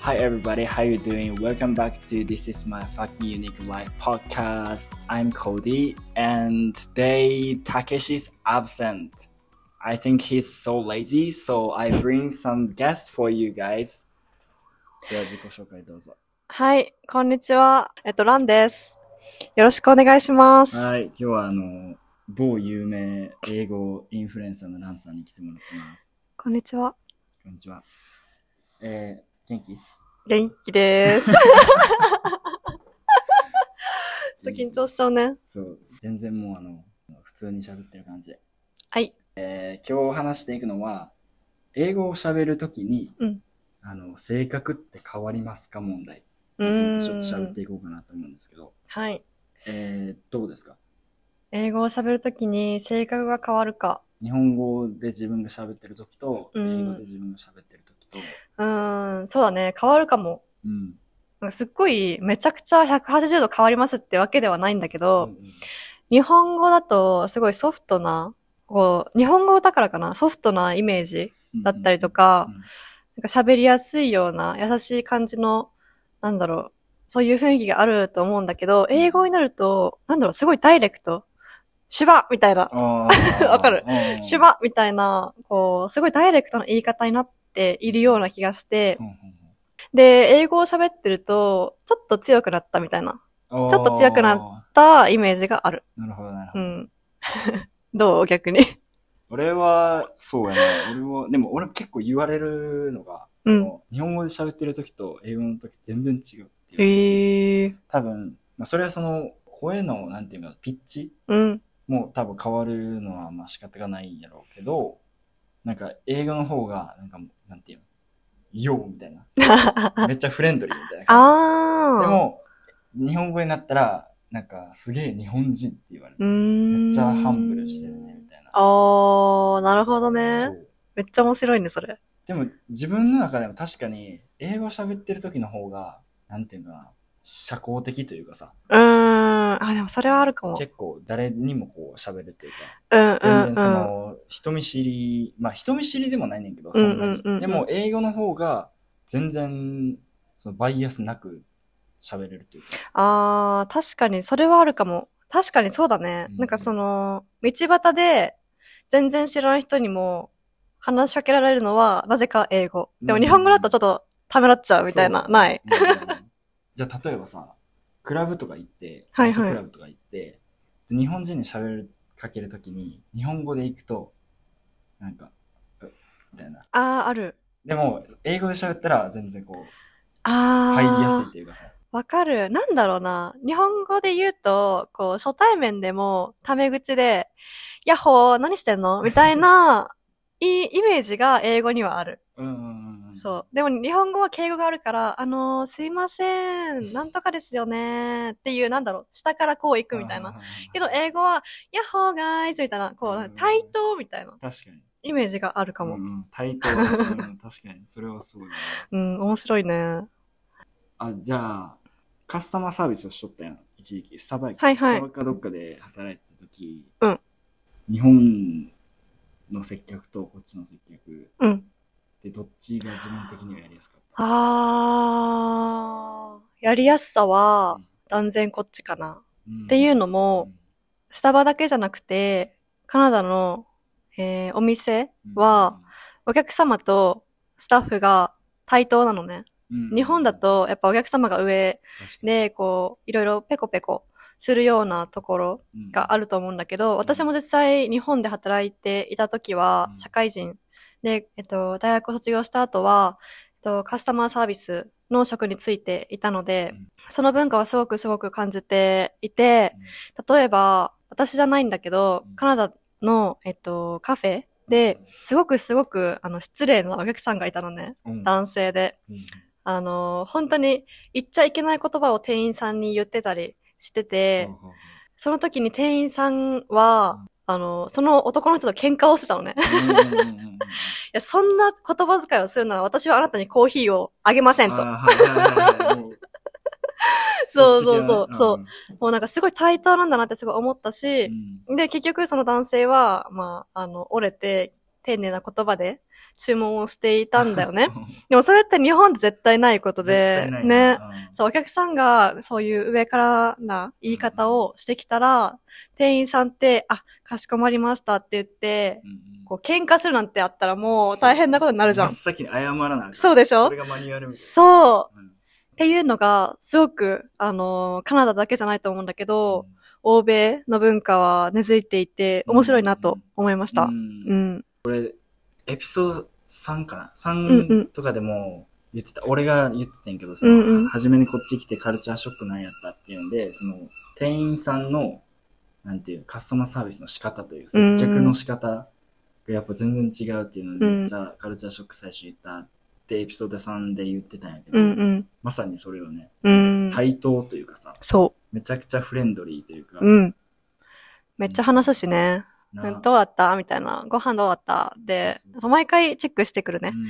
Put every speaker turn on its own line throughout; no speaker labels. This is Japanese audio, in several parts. Hi everybody, how you doing? Welcome back to This is my fucking unique life podcast. I'm Cody and today Takeshi's absent. I think he's so lazy, so I bring some guests for you guys. では自己紹介どうぞ。
はい、こんにちは。えっと、ランです。よろしくお願いします。
はい、今日はあの、某有名英語インフルエンサーのランさんに来てもらってます。
こんにちは。
こんにちは。えー、元気
元 気です。ちょっと緊張しちゃうね。
そう、全然もうあの、普通に喋ってる感じ。
はい。
えー今日話していくのは、英語を喋るときに、
うん
あの、性格って変わりますか問題。
う
につ
ー
い
ん
てちょっと喋っていこうかなと思うんですけど、
はい。
えー、どうですか
英語を喋るときに性格が変わるか。
日本語で自分が喋ってるときと、
うん
英語で自分が喋ってるときと、
うーん、そうだね。変わるかも。
うん。
なんかすっごい、めちゃくちゃ180度変わりますってわけではないんだけど、
うんうん
日本語だとすごいソフトな、こう、日本語だからかな、ソフトなイメージだったりとか、
うんうん
なんか喋りやすいような優しい感じの、なんだろう、そういう雰囲気があると思うんだけど、英語になると、なんだろう、すごいダイレクト。シュバみたいな、
あー
わかる
あー
シュバみたいな、こう、すごいダイレクトな言い方になっているような気がして
うん、うんうん
で、英語を喋ってると、ちょっと強くなったみたいな、
あー
ちょっと強くなたイメージがある。
なるほど、なるほ
う
ど。
ん。 どう逆に。
俺は、そうやな。俺は、でも俺結構言われるのが、その日本語で喋ってる時と英語の時全然違うっていう。
ええー。
多分、まあ、それはその声の、なんていうの、ピッチ
うん。
も多分変わるのはまあ仕方がないんやろうけど、なんか英語の方が、なんかもう、なんていうの、ようみたいな。 めっちゃフレンドリーみたいな感
あ
じ。
あ。
で、も、日本語になったら、なんかすげえ日本人って言われ
う
る。
ーん。
めっちゃハンブルしてるね、みたいな。
ああ、なるほどね
そ。う
めっちゃ面白いね、それ。
でも自分の中でも確かに英語喋ってる時の方が、なんていうのかな、社交的というかさ、
うーん。あ、でもそれはあるかも。
結構誰にもこう喋るというか、
うんう
全
ん
然
う
そ
ん。
の人見知り、まあ人見知りでもないねんけど、
う
そ
んうん
んな
うんうん
に。でも英語の方が全然そのバイアスなく喋れるというか。
ああ、確かに、それはあるかも。確かにそうだね。
うん
なんかその、道端で、全然知らない人にも、話しかけられるのは、なぜか英語。でも
うん
日本語だとちょっと、ためらっちゃうみたいな。
そう
ない。。
うんじゃあ例えばさ、クラブとか行って、
はい
ナイ
はい
トクラブとか行って、で日本人に喋るかけるときに、日本語で行くと、なんか、うみたいな。
ああ、ある。
でも、英語で喋ったら全然こう、
ああ。
入りやすいというかさ。
わかる。なんだろうな。日本語で言うと、こう、初対面でも、タメ口で、ヤッホー、何してんのみたい な、いいイメージが英語にはある。
うんうんうんうん。
そう。でも日本語は敬語があるから、あのーすいません、なんとかですよねっていう、なんだろう、下からこう行くみたい
うん
な。
うんうんうん。
けど英語は、ヤッホーガイズみたいな、こ
うんうん
う、対等みたいな
確かに。
イメージがあるか
う
も。
んうん、対等、うん、確かに。それはすごいな。
うん、面白いね。
あ、じゃあ、カスタマーサービスをしとったやん。一時期。スタバやっけ
はいはい
スタバかどっかで働いてた時、
うん
日本の接客とこっちの接客
うん。
で、どっちが自分的にはやりやすかった
あー、やりやすさは、断然こっちかな。っていうのも、スタバだけじゃなくて、カナダの、えーお店は、、お客様とスタッフが対等なのね。
うん
日本だ、と、やっぱお客様が上
ね
で、こう、いろいろペコペコするようなところがあ
る
ると思うんだけど、私も実際日本で働いていた時は
う、ん
社会人で、えっと、大学を卒業した後は、えっと、カスタマーサービスの職についていたので
うん、
その文化はすごくすごく感じていて、例えば、私じゃないんだけど
うん、
カナダの、えっと、カフェで、、すごくすごく、あの、失礼なお客さんがいたのね。
うん
男性で。
うん
あの、本当に言っちゃいけない言葉を店員さんに言ってたりしてて、その時に店員さんは、あの、その男の人と喧嘩をしてたのね。い
うんうんうんうんうんうん
や、そんな言葉遣いをするなら私はあなたにコーヒーをあげませんと。
あーはいはいはいはいもうそっち系
そうそうそう
な
そうもうなんかすごい対等なんだなってすごい思った
う
し、
ん
で、結局その男性は、まあ、あの、折れて、丁寧な言葉で、注文をしていたんだよ ね。でもそれって日本で絶対ないことで、ね。そう、お客さんがそういう上からな言い方をしてきたら、店員さんって、あ、かしこまりましたって言って、こう喧嘩するなんてあったらもう大変なことになるじゃん
真っ。先に謝らない。
そうでしょ
それがマニュアルみたい
そう
な。
っていうのが、すごく、あのーカナダだけじゃないと思うんだけど、
うん
欧米の文化は根付いていて、面白いなと思いました。う。
うんん
うん
エピソード3かな
うんうん
?3 とかでも言ってた、俺が言ってたんやけどさ、
うんうん
初めにこっち来てカルチャーショックなんやったっていうので、その店員さんの、なんていう、カスタマーサービスの仕方という、
うんうん
接客の仕方がやっぱ全然違うっていうので、
うん
じゃあカルチャーショック最初言ったってエピソード3で言ってたんやけど、
うん。
まさにそれをね、
うん。
対等というかさ、
そ
めちゃくちゃフレンドリーというか、
う。うん。めっちゃ話すしね。
な
うんどうだったみたいな。ご飯どうだったで
そうそう、そう
毎回チェックしてくるね。
うん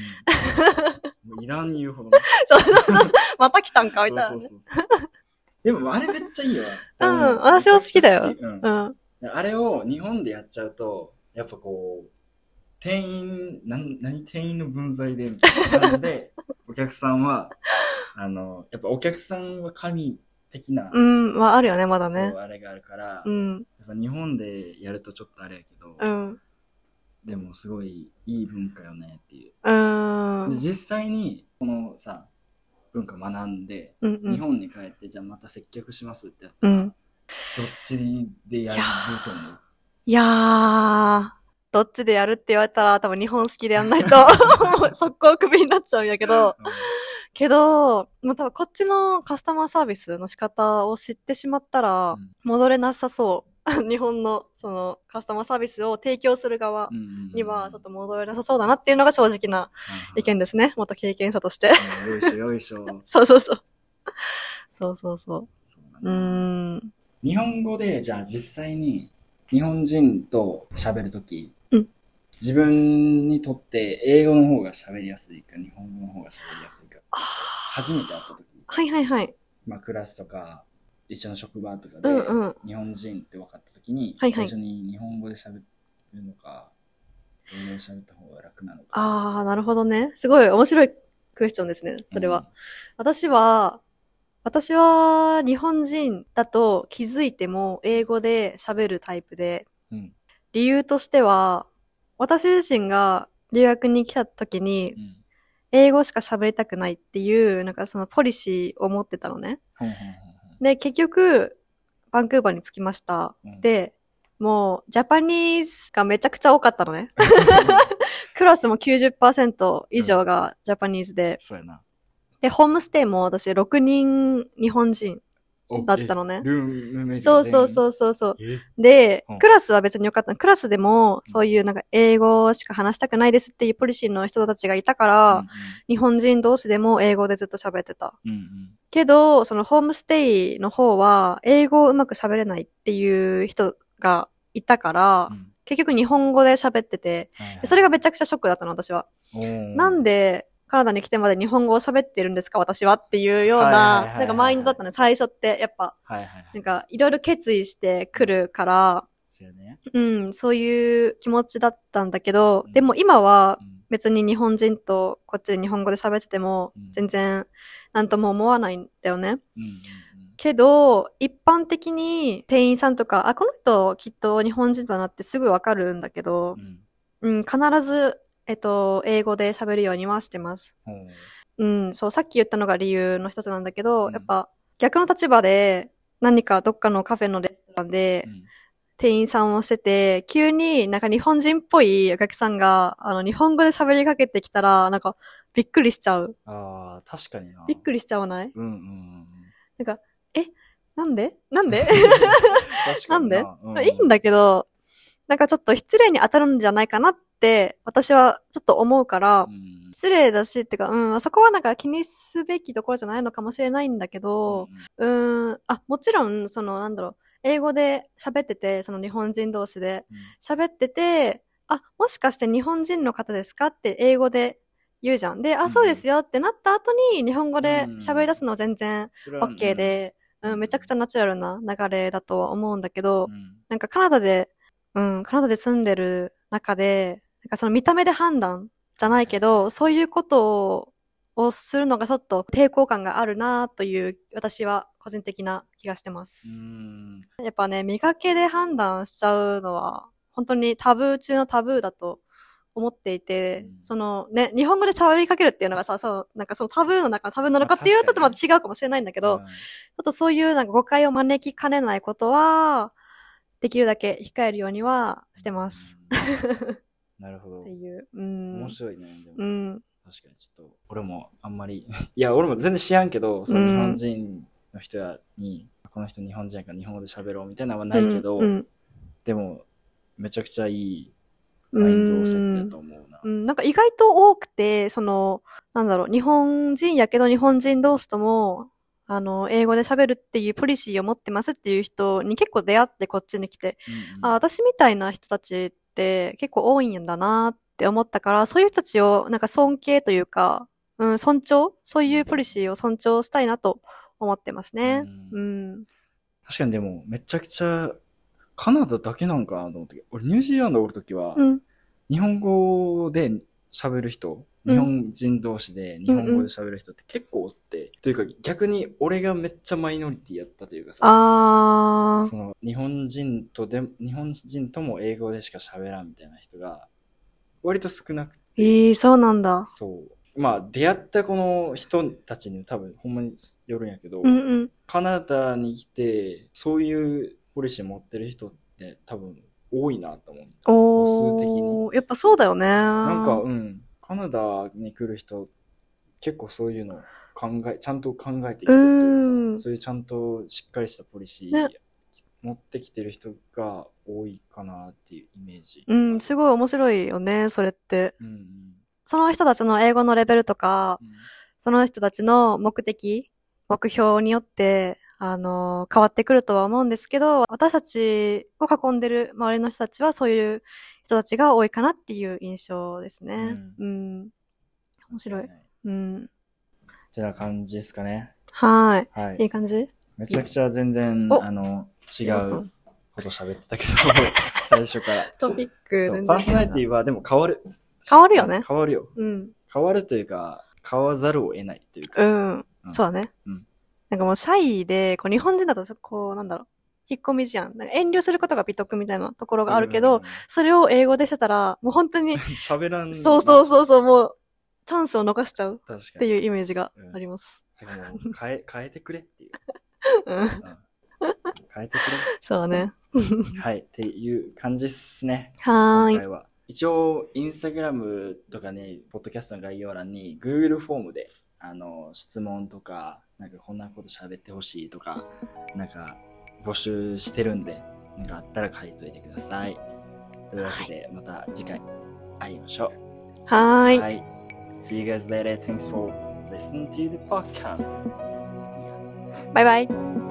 もういらん言うほどね。
そうそうそう。また来たんかみたいなね。
そうそうそうそう でもあれめっちゃいいよ。
うん私は好きだ
め
よ
ちゃくちゃ好き
うん。
うんあれを日本でやっちゃうと、やっぱこう、店員、なん何店員の分際でみたいな感じ で、お客さんは、あの、やっぱお客さんは神的な、
うん。まあ、あるよね、まだ
そ
ね
う。あれがあるから、
う
や
ん。
っぱ日本でやるとちょっとあれやけど、
うん。
でもすごいいい文化よねっていう。
うん。うん
実際にこのさ、文化学んで、
う
日
ん。
本に帰って、じゃあまた接客しますってやった
う
ら、
ん。
どっちでやると思う
いやー、どっちでやるって言われたら多分日本式でやんないと、 もう速攻クビになっちゃうんやけど、けど、もう多分こっちのカスタマーサービスの仕方を知ってしまったら
うん、
戻れなさそう。 日本のそのカスタマーサービスを提供する側にはちょっと戻れなさそうだなっていうのが正直な意見ですね。元経験者として。
よいしょよいしょ。
そうそうそう。そうそうそ
そう
う。う
だね
ーん。
日本語で、じゃあ実際に日本人と喋るとき、
うん
自分にとって英語の方が喋りやすいか、日本語の方が喋りやすいか、
あー
初めて会ったとき、
はいはいはい。
まあクラスとか、一緒の職場とかで
うん、うん。
日本人って分かったときに、
はいはい
最初に日本語で喋るのか、英語で喋った方が楽なのか。
ああ、なるほどね。すごい面白いクエスチョンですね、それは。私は、私は日本人だと気づいても英語で喋るタイプで、
うん。
理由としては、私自身が留学に来た時に
う、ん。
英語しか喋りたくないっていう、なんかそのポリシーを持ってたのね。
うん。
で、結局、バンクーバーに着きました。
うん、
で、もう、ジャパニーズがめちゃくちゃ多かったのね。クラスも90%以上がジャパニーズで、
そうやな。
で、ホームステイも私6人日本人だったのね。
ルームメイト。
そうそうそううそうそう。
え
で
うん、
クラスは別に良かったの。クラスでも、そういうなんか英語しか話したくないですっていうポリシーの人たちがいたから、日本人同士でも英語でずっと喋ってた。
うんうん。
けど、そのホームステイの方は、英語をうまく喋れないっていう人がいたから、
うん
結局日本語で喋ってて、でそれがめちゃくちゃショックだったの、私は。なん
で
でカナダに来てまで日本語を喋ってるんですか私はっていうよう
はいはいはい
な
は、い
なんかマインドだったね。最初って、やっぱ、
はいはいは
ないん。かいろいろ決意してくるから、
そうやね。
うん、そういう気持ちだったんだけど
うん、
でも今は
うん
別に日本人とこっちで日本語で喋ってても
うん、
全然なんとも思わないんだよね。
うんうん
けど、一般的に店員さんとか、あ、この人きっと日本人だなってすぐわかるんだけど
う、ん
うん、必ず、えっと、英語で喋るようにはしてます。
うん。ほ
うん、そう、さっき言ったのが理由の一つなんだけど、
うん
やっぱ逆の立場で何かどっかのカフェのレストランで
ううん
店員さんをしてて、急になんか日本人っぽいお客さんが、あの、日本語で喋りかけてきたら、なんかびっくりしちゃう。
ああ、確かにな。
びっくりしちゃわない
うんうんうん。
なんでなんで
確かに
いいんだけど、なんかちょっと失礼に当たるんじゃないかなって、私はちょっと思うから、
うん
失礼だし、ってか、うん、そこはなんか気にすべきところじゃないのかもしれないんだけど、うーん、あ、もちろん、その、なんだろう、英語で喋ってて、その日本人同士で
うん
喋ってて、あ、もしかして日本人の方ですかって英語で言うじゃん。で、
う
あ、
ん
そうですよってなった後に日本語で
うん
喋り出すのは全然
それは
OK で、
うん
うん、めちゃくちゃナチュラルな流れだとは思うんだけど
う、ん
なんかカナダで、うん、カナダで住んでる中で、なんかその見た目で判断じゃないけど、そういうことをするのがちょっと抵抗感があるなという、私は個人的な気がしてま
う
す。
ん。
やっぱね、見かけで判断しちゃうのは、本当にタブー中のタブーだと思っていて、
うん
そのね、日本語で喋りかけるっていうのがさ、そう、なんかそのタブーの中のタブーなのかってい
ま
う
あ
とちょっとまた違うかもしれないんだけど、
うん
ちょっとそういうなんか誤解を招きかねないことは、できるだけ控えるようにはしてます。。
うんなる ほど
って。いう。うん。
面白いね。でも
うん。
確かにちょっと俺もあんまり いや俺も全然知らんけどその日本人の人やに、この人日本人やから日本語で喋ろうみたいなのはないけど、
うんうん
でもめちゃくちゃいい
うん
マインド設定だと思うな
う。ん、なんか意外と多くて、その、なんだろう、日本人やけど日本人同士とも、あの、英語で喋るっていうポリシーを持ってますっていう人に結構出会ってこっちに来て、あ、私みたいな人たちって結構多いんだなって思ったから、そういう人たちをなんか尊敬というか、うん、尊重そういうポリシーを尊重したいなと思ってますね。
う
うんん。
確かにでもめちゃくちゃカナダだけなんかなと思ったけど俺ニュージーランドおるときは、
うん。
日本語で喋る人
うん
日本人同士で日本語で喋る人って結構おって、というか逆に俺がめっちゃマイノリティやったというかさ
あー
その日本人とで日本人とも英語でしか喋らんみたいな人が割と少なくて
ええそうなんだ。
そうまあ出会ったこの人たちに多分ほんまによるんやけど、
うんうん。
カナダに来てそういうポリシー持ってる人って多分多いなと思う数的
おー、やっぱそうだよね。
なんかうんカナダに来る人結構そういうの考えちゃんと考えてきてるという
う
か
ん
さそういうちゃんとしっかりしたポリシー
ね
持ってきてる人が多いかなっていうイメージ。
うん、すごい面白いよね、それって。
うんうん
その人たちの英語のレベルとか
う、ん
その人たちの目的、目標によって、あの、変わってくるとは思うんですけど、私たちを囲んでる周りの人たちはそういう人たちが多いかなっていう印象ですね。うん。面白い。うん。
てな感じですかね。
は。
はい
い
い。
い感じ
めちゃくちゃ全然、
お
あの、違う。こと喋ってたけど、 最初から。
トピック
そう、パーソナリティはでも変わる。
変わるよね。
変わるよ。
うん。
変わるというか、変わざるを得ないというか。
うん。
うん
そうだね。
うん
なんかもうシャイで、こう日本人だとそこう、なんだろう、引っ込みじゃん。なんか遠慮することが美徳みたいなところがあるけ
う
ど、
ん、、
それを英語でしてたら、もう本当に
喋らん。。
そうそううそうそう、もう、チャンスを逃しちゃう
確
っ
か
て
に。
いうイメージがあります。
もう変え、変えてくれ っていう。
うん。
変えてく
そうだね。
れ。はい。っていう感じっすね。
は
今
ーい。
回は。一応、インスタグラムとかね、ポッドキャストの概要欄に Google フォームで、あの、質問とか、なんかこんなこと喋ってほしいとか、なんか募集してるんで、なんかあったら書いといてください。というわけで、また次回会いましょ
は
う。
ーい。
はい。See you guys later. Thanks for listening to the podcast. See ya.
バイバイ。